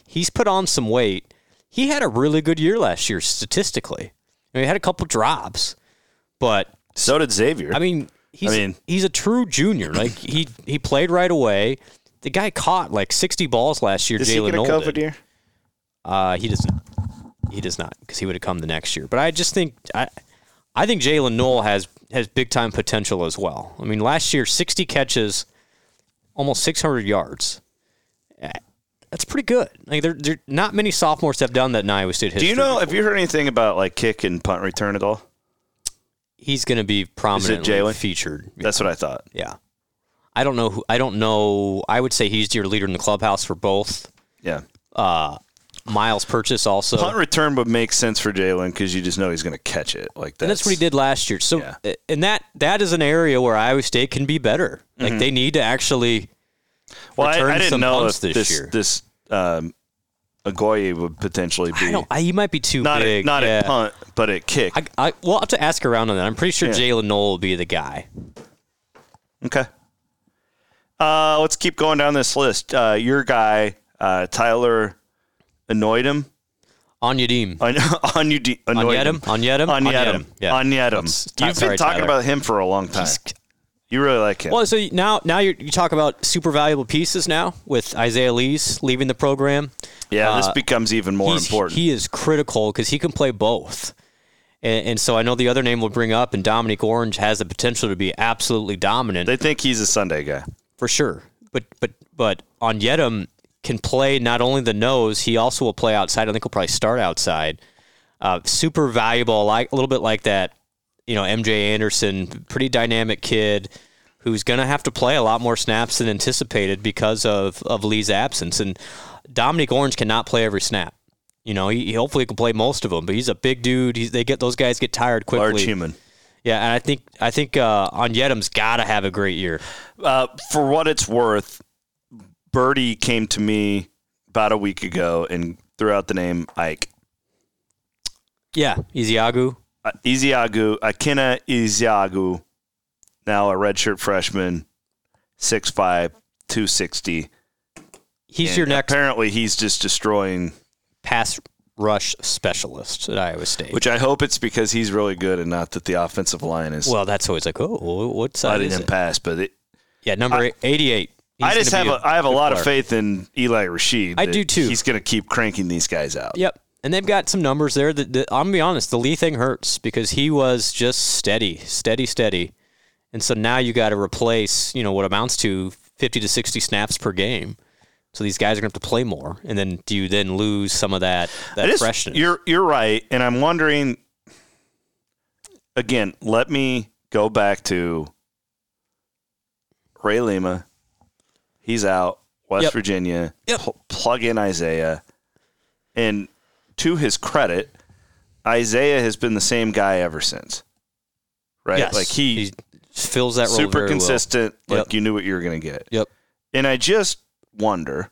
[SPEAKER 2] He's put on some weight. He had a really good year last year statistically. I mean, he had a couple drops, but
[SPEAKER 1] So did Xavier.
[SPEAKER 2] I mean, he's
[SPEAKER 1] mean-
[SPEAKER 2] he's a true junior. Like he he played right away. The guy caught like sixty balls last year.
[SPEAKER 1] does he
[SPEAKER 2] Jalen
[SPEAKER 1] get a
[SPEAKER 2] Noel
[SPEAKER 1] COVID
[SPEAKER 2] did.
[SPEAKER 1] year?
[SPEAKER 2] Uh, he does not. He does not because he would have come the next year. But I just think I, I think Jalen Noel has has big time potential as well. I mean, last year sixty catches, almost six hundred yards. Eh, That's pretty good. Like there, there not many sophomores have done that in Iowa State
[SPEAKER 1] Do
[SPEAKER 2] history.
[SPEAKER 1] you know? Have you heard anything about like kick and punt return at all?
[SPEAKER 2] he's going to be prominently
[SPEAKER 1] Jalen?
[SPEAKER 2] featured?
[SPEAKER 1] That's what I thought.
[SPEAKER 2] Yeah. I don't know who I don't know. I would say he's your leader in the clubhouse for both.
[SPEAKER 1] Yeah.
[SPEAKER 2] Uh Miles Purchase also.
[SPEAKER 1] Punt return would make sense for Jalen because you just know he's going to catch it like that.
[SPEAKER 2] and that's what he did last year. So uh,
[SPEAKER 1] Yeah.
[SPEAKER 2] and that that is an area where Iowa State can be better.
[SPEAKER 1] Mm-hmm.
[SPEAKER 2] Like they need to actually
[SPEAKER 1] Well, I,
[SPEAKER 2] returned
[SPEAKER 1] I didn't
[SPEAKER 2] some
[SPEAKER 1] know
[SPEAKER 2] punts
[SPEAKER 1] if
[SPEAKER 2] this
[SPEAKER 1] this
[SPEAKER 2] year.
[SPEAKER 1] this um, Agoye would potentially be
[SPEAKER 2] I don't I, he might be too
[SPEAKER 1] not
[SPEAKER 2] big.
[SPEAKER 1] at, not
[SPEAKER 2] yeah.
[SPEAKER 1] at punt, but at kick.
[SPEAKER 2] I, I we'll have to ask around on that. I'm pretty sure
[SPEAKER 1] Yeah.
[SPEAKER 2] Jalen Noel will be the guy.
[SPEAKER 1] okay. Uh, let's keep going down this list. Uh, your guy uh, Tyler annoyed him
[SPEAKER 2] Onyedim.
[SPEAKER 1] on on you de- annoyed
[SPEAKER 2] Onyedem?
[SPEAKER 1] him
[SPEAKER 2] Onyedem?
[SPEAKER 1] on
[SPEAKER 2] Onyedem.
[SPEAKER 1] Yedem
[SPEAKER 2] Yeah.
[SPEAKER 1] on
[SPEAKER 2] That's-
[SPEAKER 1] Yedem.
[SPEAKER 2] Ty-
[SPEAKER 1] You've
[SPEAKER 2] sorry,
[SPEAKER 1] been talking
[SPEAKER 2] Tyler.
[SPEAKER 1] about him for a long time. You really like him.
[SPEAKER 2] Well, so you- now now you're, you talk about super valuable pieces now with Isaiah Lees leaving the program.
[SPEAKER 1] yeah, this
[SPEAKER 2] uh,
[SPEAKER 1] becomes even more
[SPEAKER 2] He's-
[SPEAKER 1] important.
[SPEAKER 2] He is critical because he can play both. And, and so I know the other name we'll bring up, and Dominic Orange has the potential to be absolutely dominant
[SPEAKER 1] they think he's a Sunday guy.
[SPEAKER 2] for sure. But but but on Yetum can play not only the nose, he also will play outside. I think he'll probably start outside. Uh, super valuable, like a little bit like that. You know, MJ Anderson, pretty dynamic kid who's going to have to play a lot more snaps than anticipated because of of Lee's absence. And Dominic Orange cannot play every snap. You know, he, he hopefully can play most of them, but he's a big dude. He's, they get those guys get tired quickly.
[SPEAKER 1] Large human.
[SPEAKER 2] Yeah, and I think I think uh, on Yetum's got to have a great year.
[SPEAKER 1] Uh, for what it's worth, Birdie came to me about a week ago and threw out the name Ike.
[SPEAKER 2] Yeah, Iziagu.
[SPEAKER 1] Uh, Iziagu, Akina Iziagu, now a redshirt freshman, 6'5, 260.
[SPEAKER 2] He's
[SPEAKER 1] And
[SPEAKER 2] your next
[SPEAKER 1] Apparently, he's just destroying,
[SPEAKER 2] pass rush specialist at Iowa State.
[SPEAKER 1] which I hope it's because he's really good and not that the offensive line is
[SPEAKER 2] well, that's always like, oh, wh- what side
[SPEAKER 1] letting
[SPEAKER 2] is
[SPEAKER 1] him
[SPEAKER 2] it?
[SPEAKER 1] pass. But it,
[SPEAKER 2] Yeah, number eight- 88. He's
[SPEAKER 1] I just
[SPEAKER 2] gonna
[SPEAKER 1] have
[SPEAKER 2] be
[SPEAKER 1] a, I have a
[SPEAKER 2] good
[SPEAKER 1] lot of
[SPEAKER 2] player.
[SPEAKER 1] faith in Eli Rashid.
[SPEAKER 2] I
[SPEAKER 1] that
[SPEAKER 2] do too.
[SPEAKER 1] He's going to keep cranking these guys out.
[SPEAKER 2] Yep. And they've got some numbers there. That, that I'm gonna be honest, the Lee thing hurts because he was just steady, steady, steady, and so now you got to replace, you know, what amounts to 50 to 60 snaps per game. So these guys are going to have to play more, and then do you then lose some of that that
[SPEAKER 1] I just-
[SPEAKER 2] freshness?
[SPEAKER 1] You're you're right, and I'm wondering. Again, let me go back to Ray Lima, he's out. West
[SPEAKER 2] Yep.
[SPEAKER 1] Virginia, pl- plug in Isaiah. And to his credit, Isaiah has been the same guy ever since. Right?
[SPEAKER 2] Yes.
[SPEAKER 1] Like he,
[SPEAKER 2] fills that role
[SPEAKER 1] super
[SPEAKER 2] very well.
[SPEAKER 1] consistent. Like
[SPEAKER 2] Yep.
[SPEAKER 1] you knew what you were going to get.
[SPEAKER 2] Yep.
[SPEAKER 1] And I just wonder,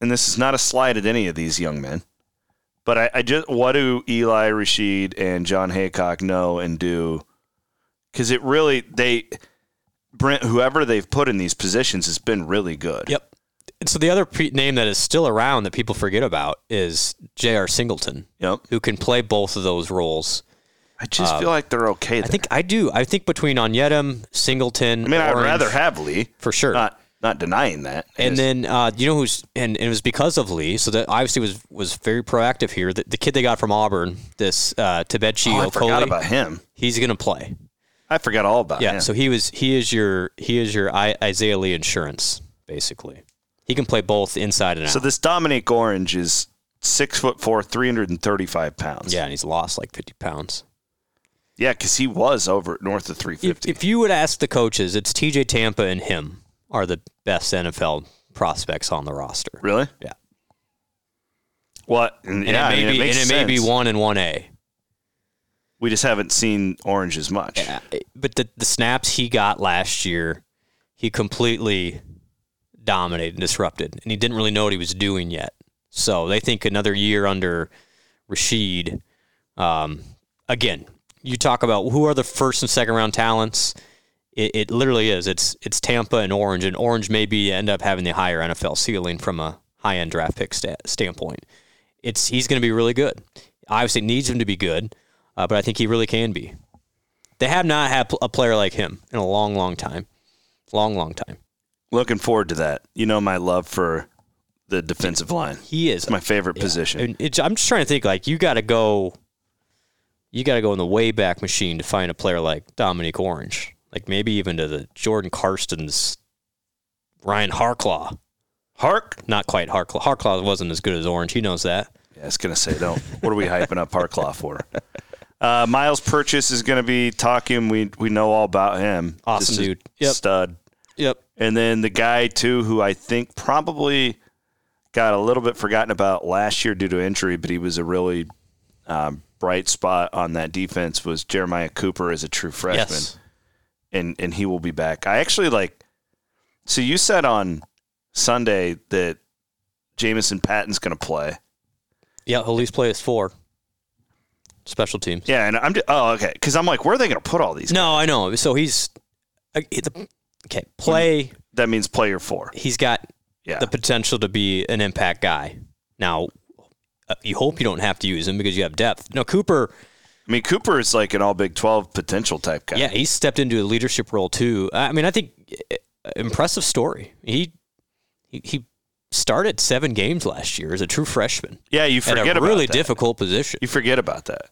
[SPEAKER 1] and this is not a slight at any of these young men, but I, I just what do Eli Rashid and John Haycock know and do? Because it really they Brent whoever they've put in these positions has been really good.
[SPEAKER 2] Yep. And so the other pre- name that is still around that people forget about is J.R. Singleton,
[SPEAKER 1] Yep.
[SPEAKER 2] who can play both of those roles.
[SPEAKER 1] I just feel like they're okay.
[SPEAKER 2] Um, I
[SPEAKER 1] there.
[SPEAKER 2] think I do. I think between Onyedum, Singleton,
[SPEAKER 1] I mean, I'd
[SPEAKER 2] Orange-
[SPEAKER 1] rather have Lee.
[SPEAKER 2] for sure.
[SPEAKER 1] Not not denying that. I
[SPEAKER 2] and
[SPEAKER 1] just-
[SPEAKER 2] then uh, you know who's and, and it was because of Lee, so that obviously was was very proactive here. The, the kid they got from Auburn, this uh, Tebetchi
[SPEAKER 1] oh, I forgot
[SPEAKER 2] Okoli,
[SPEAKER 1] about Oh, him.
[SPEAKER 2] he's going to play.
[SPEAKER 1] I forgot all about
[SPEAKER 2] yeah,
[SPEAKER 1] him.
[SPEAKER 2] so he was he is your he is your I, Isaiah Lee insurance basically. He can play both inside and out.
[SPEAKER 1] So this Dominic Orange is six foot four, three hundred and thirty five pounds.
[SPEAKER 2] yeah, and he's lost like fifty pounds.
[SPEAKER 1] yeah, because he was over north of three
[SPEAKER 2] If,
[SPEAKER 1] fifty.
[SPEAKER 2] if you would ask the coaches, it's TJ Tampa and him are the best NFL prospects on the roster.
[SPEAKER 1] Really?
[SPEAKER 2] Yeah.
[SPEAKER 1] What? And,
[SPEAKER 2] And
[SPEAKER 1] yeah,
[SPEAKER 2] it may
[SPEAKER 1] I mean,
[SPEAKER 2] be
[SPEAKER 1] makes
[SPEAKER 2] and it may be
[SPEAKER 1] sense.
[SPEAKER 2] one and one A.
[SPEAKER 1] We just haven't seen Orange as much.
[SPEAKER 2] Yeah, but the, the snaps he got last year, he completely dominated and disrupted, and he didn't really know what he was doing yet. So they think another year under Rashid. Um, again, you talk about who are the first and second round talents. It, it literally is. It's it's Tampa and Orange, and Orange maybe end up having the higher NFL ceiling from a high end draft pick sta- standpoint. It's he's going to be really good. Obviously, it needs him to be good, uh, but I think he really can be. They have not had pl- a player like him in a long, long time. Long, long time.
[SPEAKER 1] Looking forward to that. You know my love for the defensive line.
[SPEAKER 2] He is
[SPEAKER 1] It's my favorite position.
[SPEAKER 2] And it's, I'm just trying to think. Like you got to go, you got to go in the wayback machine to find a player like Dominic Orange. Like maybe even to the Jordan Karstens, Ryan Harklaw.
[SPEAKER 1] Hark.
[SPEAKER 2] Not quite Harklaw. Harklaw wasn't as good as Orange. He knows that.
[SPEAKER 1] Yeah, I was gonna say don't. what are we hyping up Harklaw for? Uh, Miles Purchase is gonna be talking. We we know all about him.
[SPEAKER 2] Awesome
[SPEAKER 1] Just a
[SPEAKER 2] dude. Yep.
[SPEAKER 1] Stud.
[SPEAKER 2] Yep.
[SPEAKER 1] And then the guy too, who I think probably got a little bit forgotten about last year due to injury, but he was a really um, bright spot on that defense was Jeremiah Cooper as a true freshman,
[SPEAKER 2] Yes.
[SPEAKER 1] and and he will be back. I actually like. So you said on Sunday that Jamison Patton's going to play.
[SPEAKER 2] Yeah. He'll at least play as four. Special teams.
[SPEAKER 1] Yeah, and I'm just, oh okay because I'm like, where are they going to put all these?
[SPEAKER 2] No, I know. So he's uh, the- okay. Play.
[SPEAKER 1] That means player four.
[SPEAKER 2] He's got
[SPEAKER 1] Yeah,
[SPEAKER 2] the potential to be an impact guy. Now, uh, you hope you don't have to use him because you have depth. No, Cooper,
[SPEAKER 1] I mean Cooper is like an All Big Twelve potential type guy.
[SPEAKER 2] yeah, he stepped into a leadership role too. I mean, I think uh, impressive story. He he, he started seven games last year as a true freshman.
[SPEAKER 1] yeah. You
[SPEAKER 2] at
[SPEAKER 1] forget
[SPEAKER 2] a
[SPEAKER 1] about
[SPEAKER 2] really
[SPEAKER 1] that.
[SPEAKER 2] difficult position,
[SPEAKER 1] You forget about that.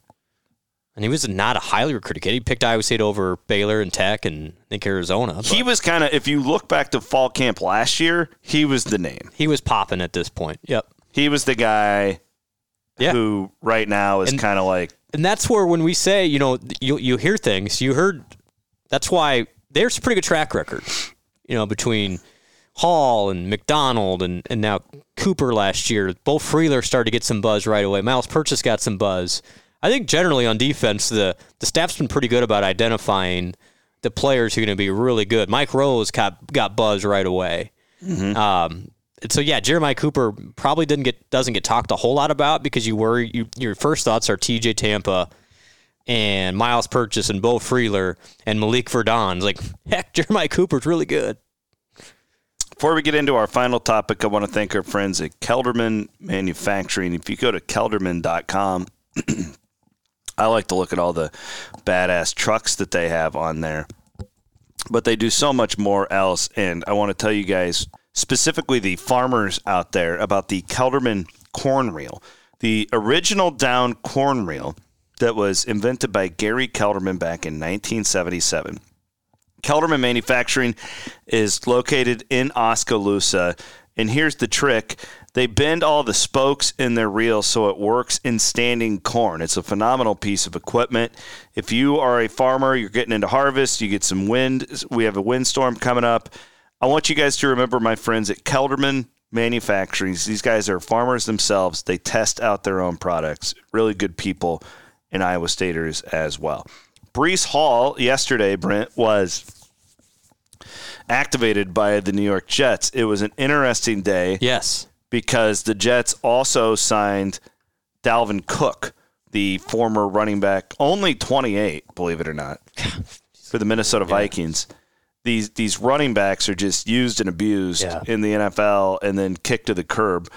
[SPEAKER 2] and he was not a highly recruited kid. He picked Iowa State over Baylor and Tech, and I think Arizona. But
[SPEAKER 1] He was kind of, if you look back to fall camp last year, he was the name.
[SPEAKER 2] he was popping at this point. Yep.
[SPEAKER 1] He was the guy
[SPEAKER 2] Yeah.
[SPEAKER 1] who right now is
[SPEAKER 2] And-
[SPEAKER 1] kind of like,
[SPEAKER 2] and that's where when we say you know th- you you hear things you heard that's why there's a pretty good track record you know between Hall and McDonald and, and now Cooper last year both Freeler started to get some buzz right away Miles Purchase got some buzz I think generally on defense the the staff's been pretty good about identifying the players who are going to be really good Mike Rose got got buzz right away um, and so yeah, Jeremiah Cooper probably didn't get doesn't get talked a whole lot about because you worry you, your first thoughts are TJ Tampa and Miles Purchase and Bo Freeler and Malik Verdon's like heck Jeremiah Cooper's really good.
[SPEAKER 1] before we get into our final topic, I want to thank our friends at Kelderman Manufacturing. If you go to kelderman.com, I like to look at all the badass trucks that they have on there. but they do so much more else. And I want to tell you guys, specifically the farmers out there, about the Kelderman corn reel, the original down corn reel that was invented by Gary Kelderman back in 1977. Kelderman Manufacturing is located in Oskaloosa. And here's the trick They bend all the spokes in their reel so it works in standing corn. It's a phenomenal piece of equipment. If you are a farmer, you're getting into harvest, you get some wind. We have a windstorm coming up. I want you guys to remember my friends at Kelderman Manufacturing. These guys are farmers themselves. They test out their own products. Really good people and Iowa Staters as well. Brees Hall yesterday, Brent, was activated by the New York Jets. It was an interesting day.
[SPEAKER 2] Yes.
[SPEAKER 1] Because the Jets also signed Dalvin Cook, the former running back, only 28, believe it or not, for the Minnesota Vikings. These, these running backs are just used and abused
[SPEAKER 3] Yeah.
[SPEAKER 1] in the NFL and then kicked to the curb.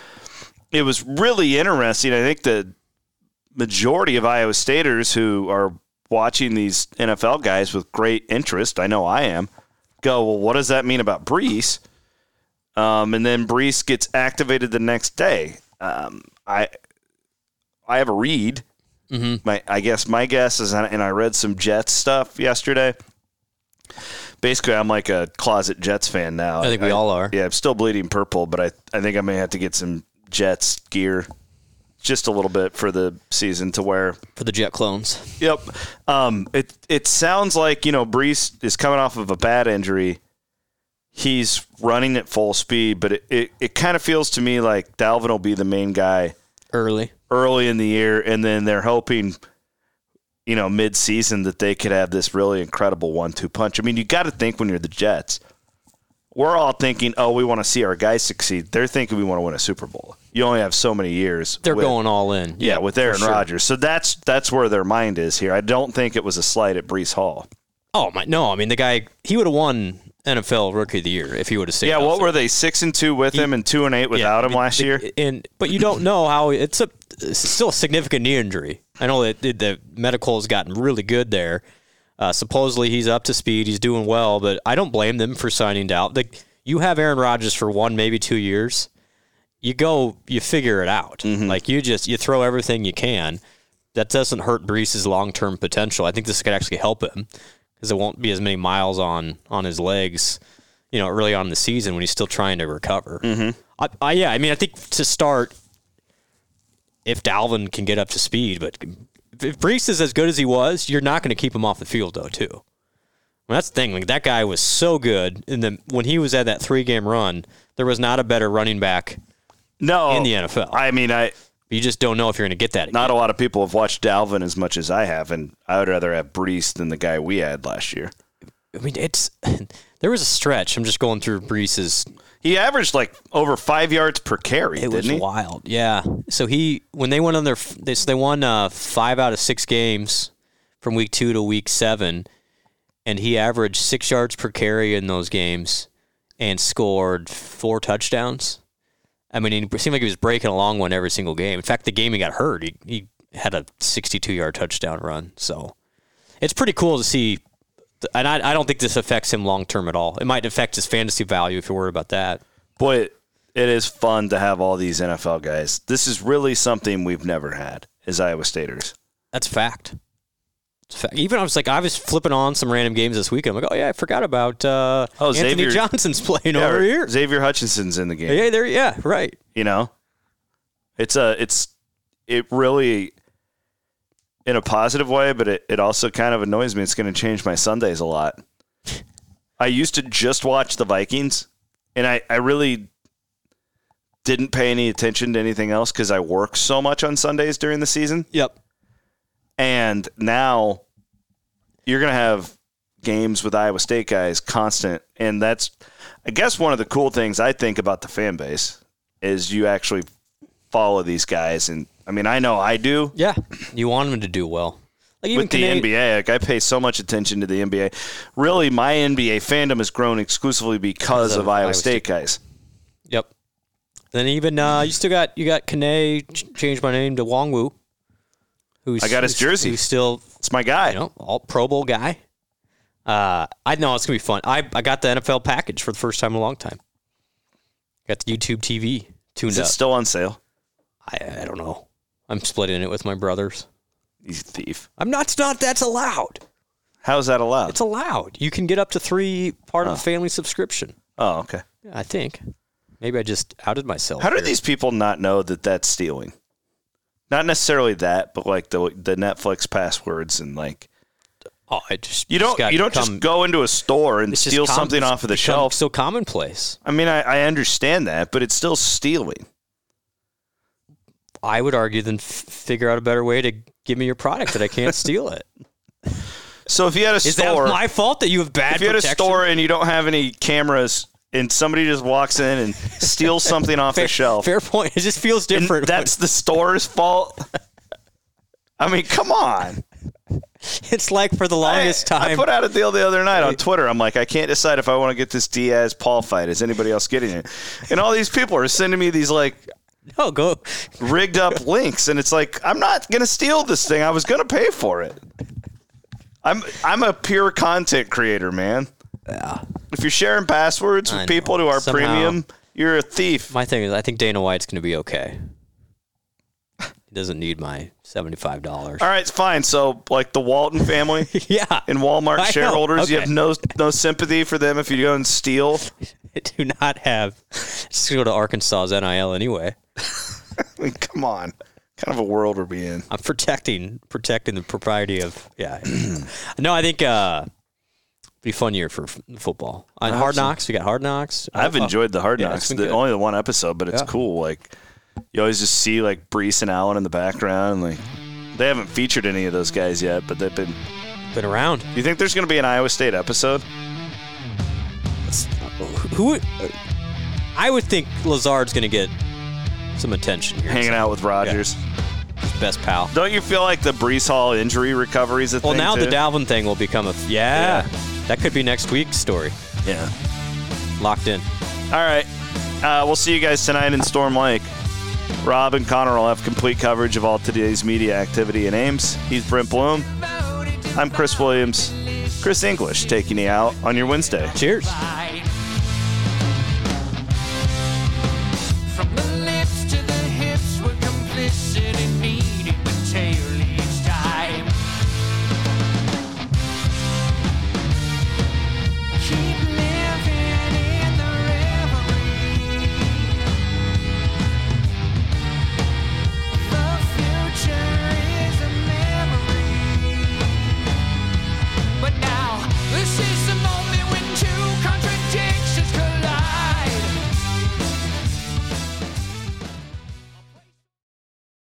[SPEAKER 1] It was really interesting. I think the majority of Iowa Staters who are watching these NFL guys with great interest, I know I am, go, well, what does that mean about Brees? Um, and then Brees gets activated the next day. Um, I I have a read.
[SPEAKER 2] Mm-hmm.
[SPEAKER 1] My I guess my guess is, and I read some Jets stuff yesterday. Basically, I'm like a closet Jets fan now.
[SPEAKER 2] I think we all are.
[SPEAKER 1] Yeah, I'm still bleeding purple, but I I think I may have to get some Jets gear, just a little bit for the season to wear.
[SPEAKER 2] For the Jet clones.
[SPEAKER 1] Yep. Um, it it sounds like you know Brees is coming off of a bad injury. He's running at full speed, but it, it, it kind of feels to me like Dalvin will be the main guy
[SPEAKER 2] Early.
[SPEAKER 1] early in the year, and then they're hoping, you know, mid season that they could have this really incredible one two punch. I mean, you got to think when you're the Jets, we're all thinking, oh, we want to see our guys succeed. They're thinking we want to win a Super Bowl. You only have so many years.
[SPEAKER 2] They're
[SPEAKER 1] with-
[SPEAKER 2] going all in.
[SPEAKER 1] yeah, with Aaron
[SPEAKER 2] for sure.
[SPEAKER 1] Rodgers. So that's that's where their mind is here. I don't think it was a slight at Brees Hall.
[SPEAKER 2] Oh my no, I mean the guy he would have won NFL rookie of the year if he would have stayed.
[SPEAKER 1] yeah,
[SPEAKER 2] out
[SPEAKER 1] what
[SPEAKER 2] there.
[SPEAKER 1] were they six and two with him and two and eight without
[SPEAKER 2] I
[SPEAKER 1] him
[SPEAKER 2] mean,
[SPEAKER 1] last
[SPEAKER 2] the-
[SPEAKER 1] year?
[SPEAKER 2] And but you don't know how it's a it's still a significant knee injury. I know that the- the medical has gotten really good there. Uh, supposedly he's up to speed, he's doing well, but I don't blame them for signing Dal. Like you have Aaron Rodgers for one, maybe two years. You go, you figure it out.
[SPEAKER 1] Mm-hmm.
[SPEAKER 2] Like you just you throw everything you can. That doesn't hurt Brees' long term potential. I think this could actually help him because it won't be as many miles on on his legs. You know, early on in the season when he's still trying to recover. I, I yeah, I mean, I think to start, if Dalvin can get up to speed, but if Brees is as good as he was, you're not going to keep him off the field though, too. Well, that's the thing. Like that guy was so good, and then when he was at that three game run, there was not a better running back.
[SPEAKER 1] No,
[SPEAKER 2] in the NFL.
[SPEAKER 1] I mean, I
[SPEAKER 2] You just don't know if you're going to get that. Again.
[SPEAKER 1] not a lot of people have watched Dalvin as much as I have, and I would rather have Brees than the guy we had last year.
[SPEAKER 2] I mean, it's there was a stretch. I'm just going through Brees's.
[SPEAKER 1] He averaged like over five yards per carry,
[SPEAKER 2] It
[SPEAKER 1] didn't
[SPEAKER 2] was
[SPEAKER 1] he?
[SPEAKER 2] wild. Yeah. So he when they went on their f- they, so they won uh, five out of six games from week two to week seven, and he averaged six yards per carry in those games and scored four touchdowns. I mean, it seemed like he was breaking a long one every single game. In fact, the game he got hurt, he, he had a 62 yard touchdown run. So it's pretty cool to see. And I, I don't think this affects him long term at all. It might affect his fantasy value if you're worried about that.
[SPEAKER 1] Boy, it, it is fun to have all these NFL guys. This is really something we've never had as Iowa Staters.
[SPEAKER 2] That's fact. It's fact. Even I was like, I was flipping on some random games this week. I'm like, oh yeah, I forgot about uh,
[SPEAKER 1] Oh,
[SPEAKER 2] Anthony
[SPEAKER 1] Xavier-
[SPEAKER 2] Johnson's playing
[SPEAKER 1] Yeah,
[SPEAKER 2] over here.
[SPEAKER 1] Xavier Hutchinson's in the game.
[SPEAKER 2] Yeah, there. Yeah, right.
[SPEAKER 1] you know it's a it's it really in a positive way but it, it also kind of annoys me it's going to change my sundays a lot i used to just watch the vikings and i i really didn't pay any attention to anything else because i work so much on sundays during the season
[SPEAKER 2] Yep.
[SPEAKER 1] and now you're going to have games with Iowa State guys constant. And that's, I guess, one of the cool things I think about the fan base is you actually follow these guys. And I mean, I know I do
[SPEAKER 2] Yeah, you want him to do well. Like even
[SPEAKER 1] with the
[SPEAKER 2] Canadi-
[SPEAKER 1] NBA. Like, I pay so much attention to the NBA. Really, my NBA fandom has grown exclusively because of, Iowa, State, guys.
[SPEAKER 2] Yep. Then even uh, you still got you got Kane ch- changed my name to Wongwu. Who's
[SPEAKER 1] I got his
[SPEAKER 2] who's-
[SPEAKER 1] jersey.
[SPEAKER 2] Who's still
[SPEAKER 1] It's my guy.
[SPEAKER 2] you know all Pro Bowl guy. Uh, I know it's gonna be fun. I I got the NFL package for the first time in a long time. Got the YouTube TV tuned
[SPEAKER 1] is
[SPEAKER 2] up.
[SPEAKER 1] it still on sale?
[SPEAKER 2] I, I don't know. I'm splitting it with my brothers.
[SPEAKER 1] You thief.
[SPEAKER 2] I'm not. It's not. That's allowed.
[SPEAKER 1] How's that allowed?
[SPEAKER 2] It's allowed. You can get up to three part of a family subscription.
[SPEAKER 1] oh, okay.
[SPEAKER 2] I think. Maybe I just outed myself.
[SPEAKER 1] How do these people not know that that's stealing? Not necessarily that, but like the the Netflix passwords and like.
[SPEAKER 2] Oh, I just
[SPEAKER 1] You don't
[SPEAKER 2] got
[SPEAKER 1] you don't
[SPEAKER 2] become-
[SPEAKER 1] just go into a store and
[SPEAKER 2] it's just
[SPEAKER 1] steal
[SPEAKER 2] com-
[SPEAKER 1] something
[SPEAKER 2] it's
[SPEAKER 1] off of the
[SPEAKER 2] become
[SPEAKER 1] shelf.
[SPEAKER 2] So commonplace.
[SPEAKER 1] I mean, I, I understand that, but it's still stealing.
[SPEAKER 2] I would argue then f- figure out a better way to give me your product that I can't steal it.
[SPEAKER 1] So if you had a
[SPEAKER 2] Is
[SPEAKER 1] store,
[SPEAKER 2] that my fault that you have bad
[SPEAKER 1] if you had a
[SPEAKER 2] protection?
[SPEAKER 1] store and you don't have any cameras, and somebody just walks in and steals something off
[SPEAKER 2] fair,
[SPEAKER 1] the shelf,
[SPEAKER 2] Fair point. It just feels
[SPEAKER 1] and
[SPEAKER 2] different.
[SPEAKER 1] that's the store's fault. I mean, come on.
[SPEAKER 2] it's like for the longest
[SPEAKER 1] I, I
[SPEAKER 2] time.
[SPEAKER 1] put out a deal the other night on Twitter. I'm like, I can't decide if I want to get this Diaz Paul fight. Is anybody else getting it? And all these people are sending me these like
[SPEAKER 2] no, go.
[SPEAKER 1] rigged up links, and it's like I'm not gonna steal this thing. I was gonna pay for it. I'm I'm a pure content creator, man. If you're sharing passwords
[SPEAKER 2] I
[SPEAKER 1] with people
[SPEAKER 2] know.
[SPEAKER 1] who are
[SPEAKER 2] Somehow-
[SPEAKER 1] premium, you're a thief.
[SPEAKER 2] My thing is, I think Dana White's going to be okay. He doesn't need my seventy-five dollars.
[SPEAKER 1] All right, it's fine. So like the Walton family
[SPEAKER 2] Yeah,
[SPEAKER 1] and Walmart
[SPEAKER 2] I know.
[SPEAKER 1] shareholders, you
[SPEAKER 2] Okay.
[SPEAKER 1] have no no sympathy for them if you go and steal.
[SPEAKER 2] I do not have. Just go to Arkansas's NIL anyway.
[SPEAKER 1] I mean, come on. Kind of a world we're in.
[SPEAKER 2] I'm protecting protecting the propriety of yeah. no, I think uh, be fun year for f- football. On Hard Knocks, we got Hard Knocks.
[SPEAKER 1] I've
[SPEAKER 2] Oh,
[SPEAKER 1] enjoyed the Hard
[SPEAKER 2] yeah, it's
[SPEAKER 1] Knocks.
[SPEAKER 2] been
[SPEAKER 1] the,
[SPEAKER 2] good.
[SPEAKER 1] only the one episode, but it's
[SPEAKER 2] Yeah.
[SPEAKER 1] cool. Like you always just see like Brees and Allen in the background. Like they haven't featured any of those guys yet, but they've been.
[SPEAKER 2] uh, been around.
[SPEAKER 1] You think there's going to be an Iowa State episode?
[SPEAKER 2] Who? would- I would think Lazard's going to get some attention here.
[SPEAKER 1] Hanging out with Rodgers.
[SPEAKER 2] His best pal.
[SPEAKER 1] Don't you feel like the Brees Hall injury recovery is a
[SPEAKER 2] Well,
[SPEAKER 1] thing?
[SPEAKER 2] now the
[SPEAKER 1] too?
[SPEAKER 2] Dalvin thing will become a yeah. That could be next week's story.
[SPEAKER 1] Yeah.
[SPEAKER 2] Locked in.
[SPEAKER 1] All right. Uh, we'll see you guys tonight in Storm Lake. Rob and Connor will have complete coverage of all today's media activity and aims. He's Brent Bloom. I'm Chris Williams. Chris English taking you out on your Wednesday.
[SPEAKER 2] Cheers.
[SPEAKER 4] I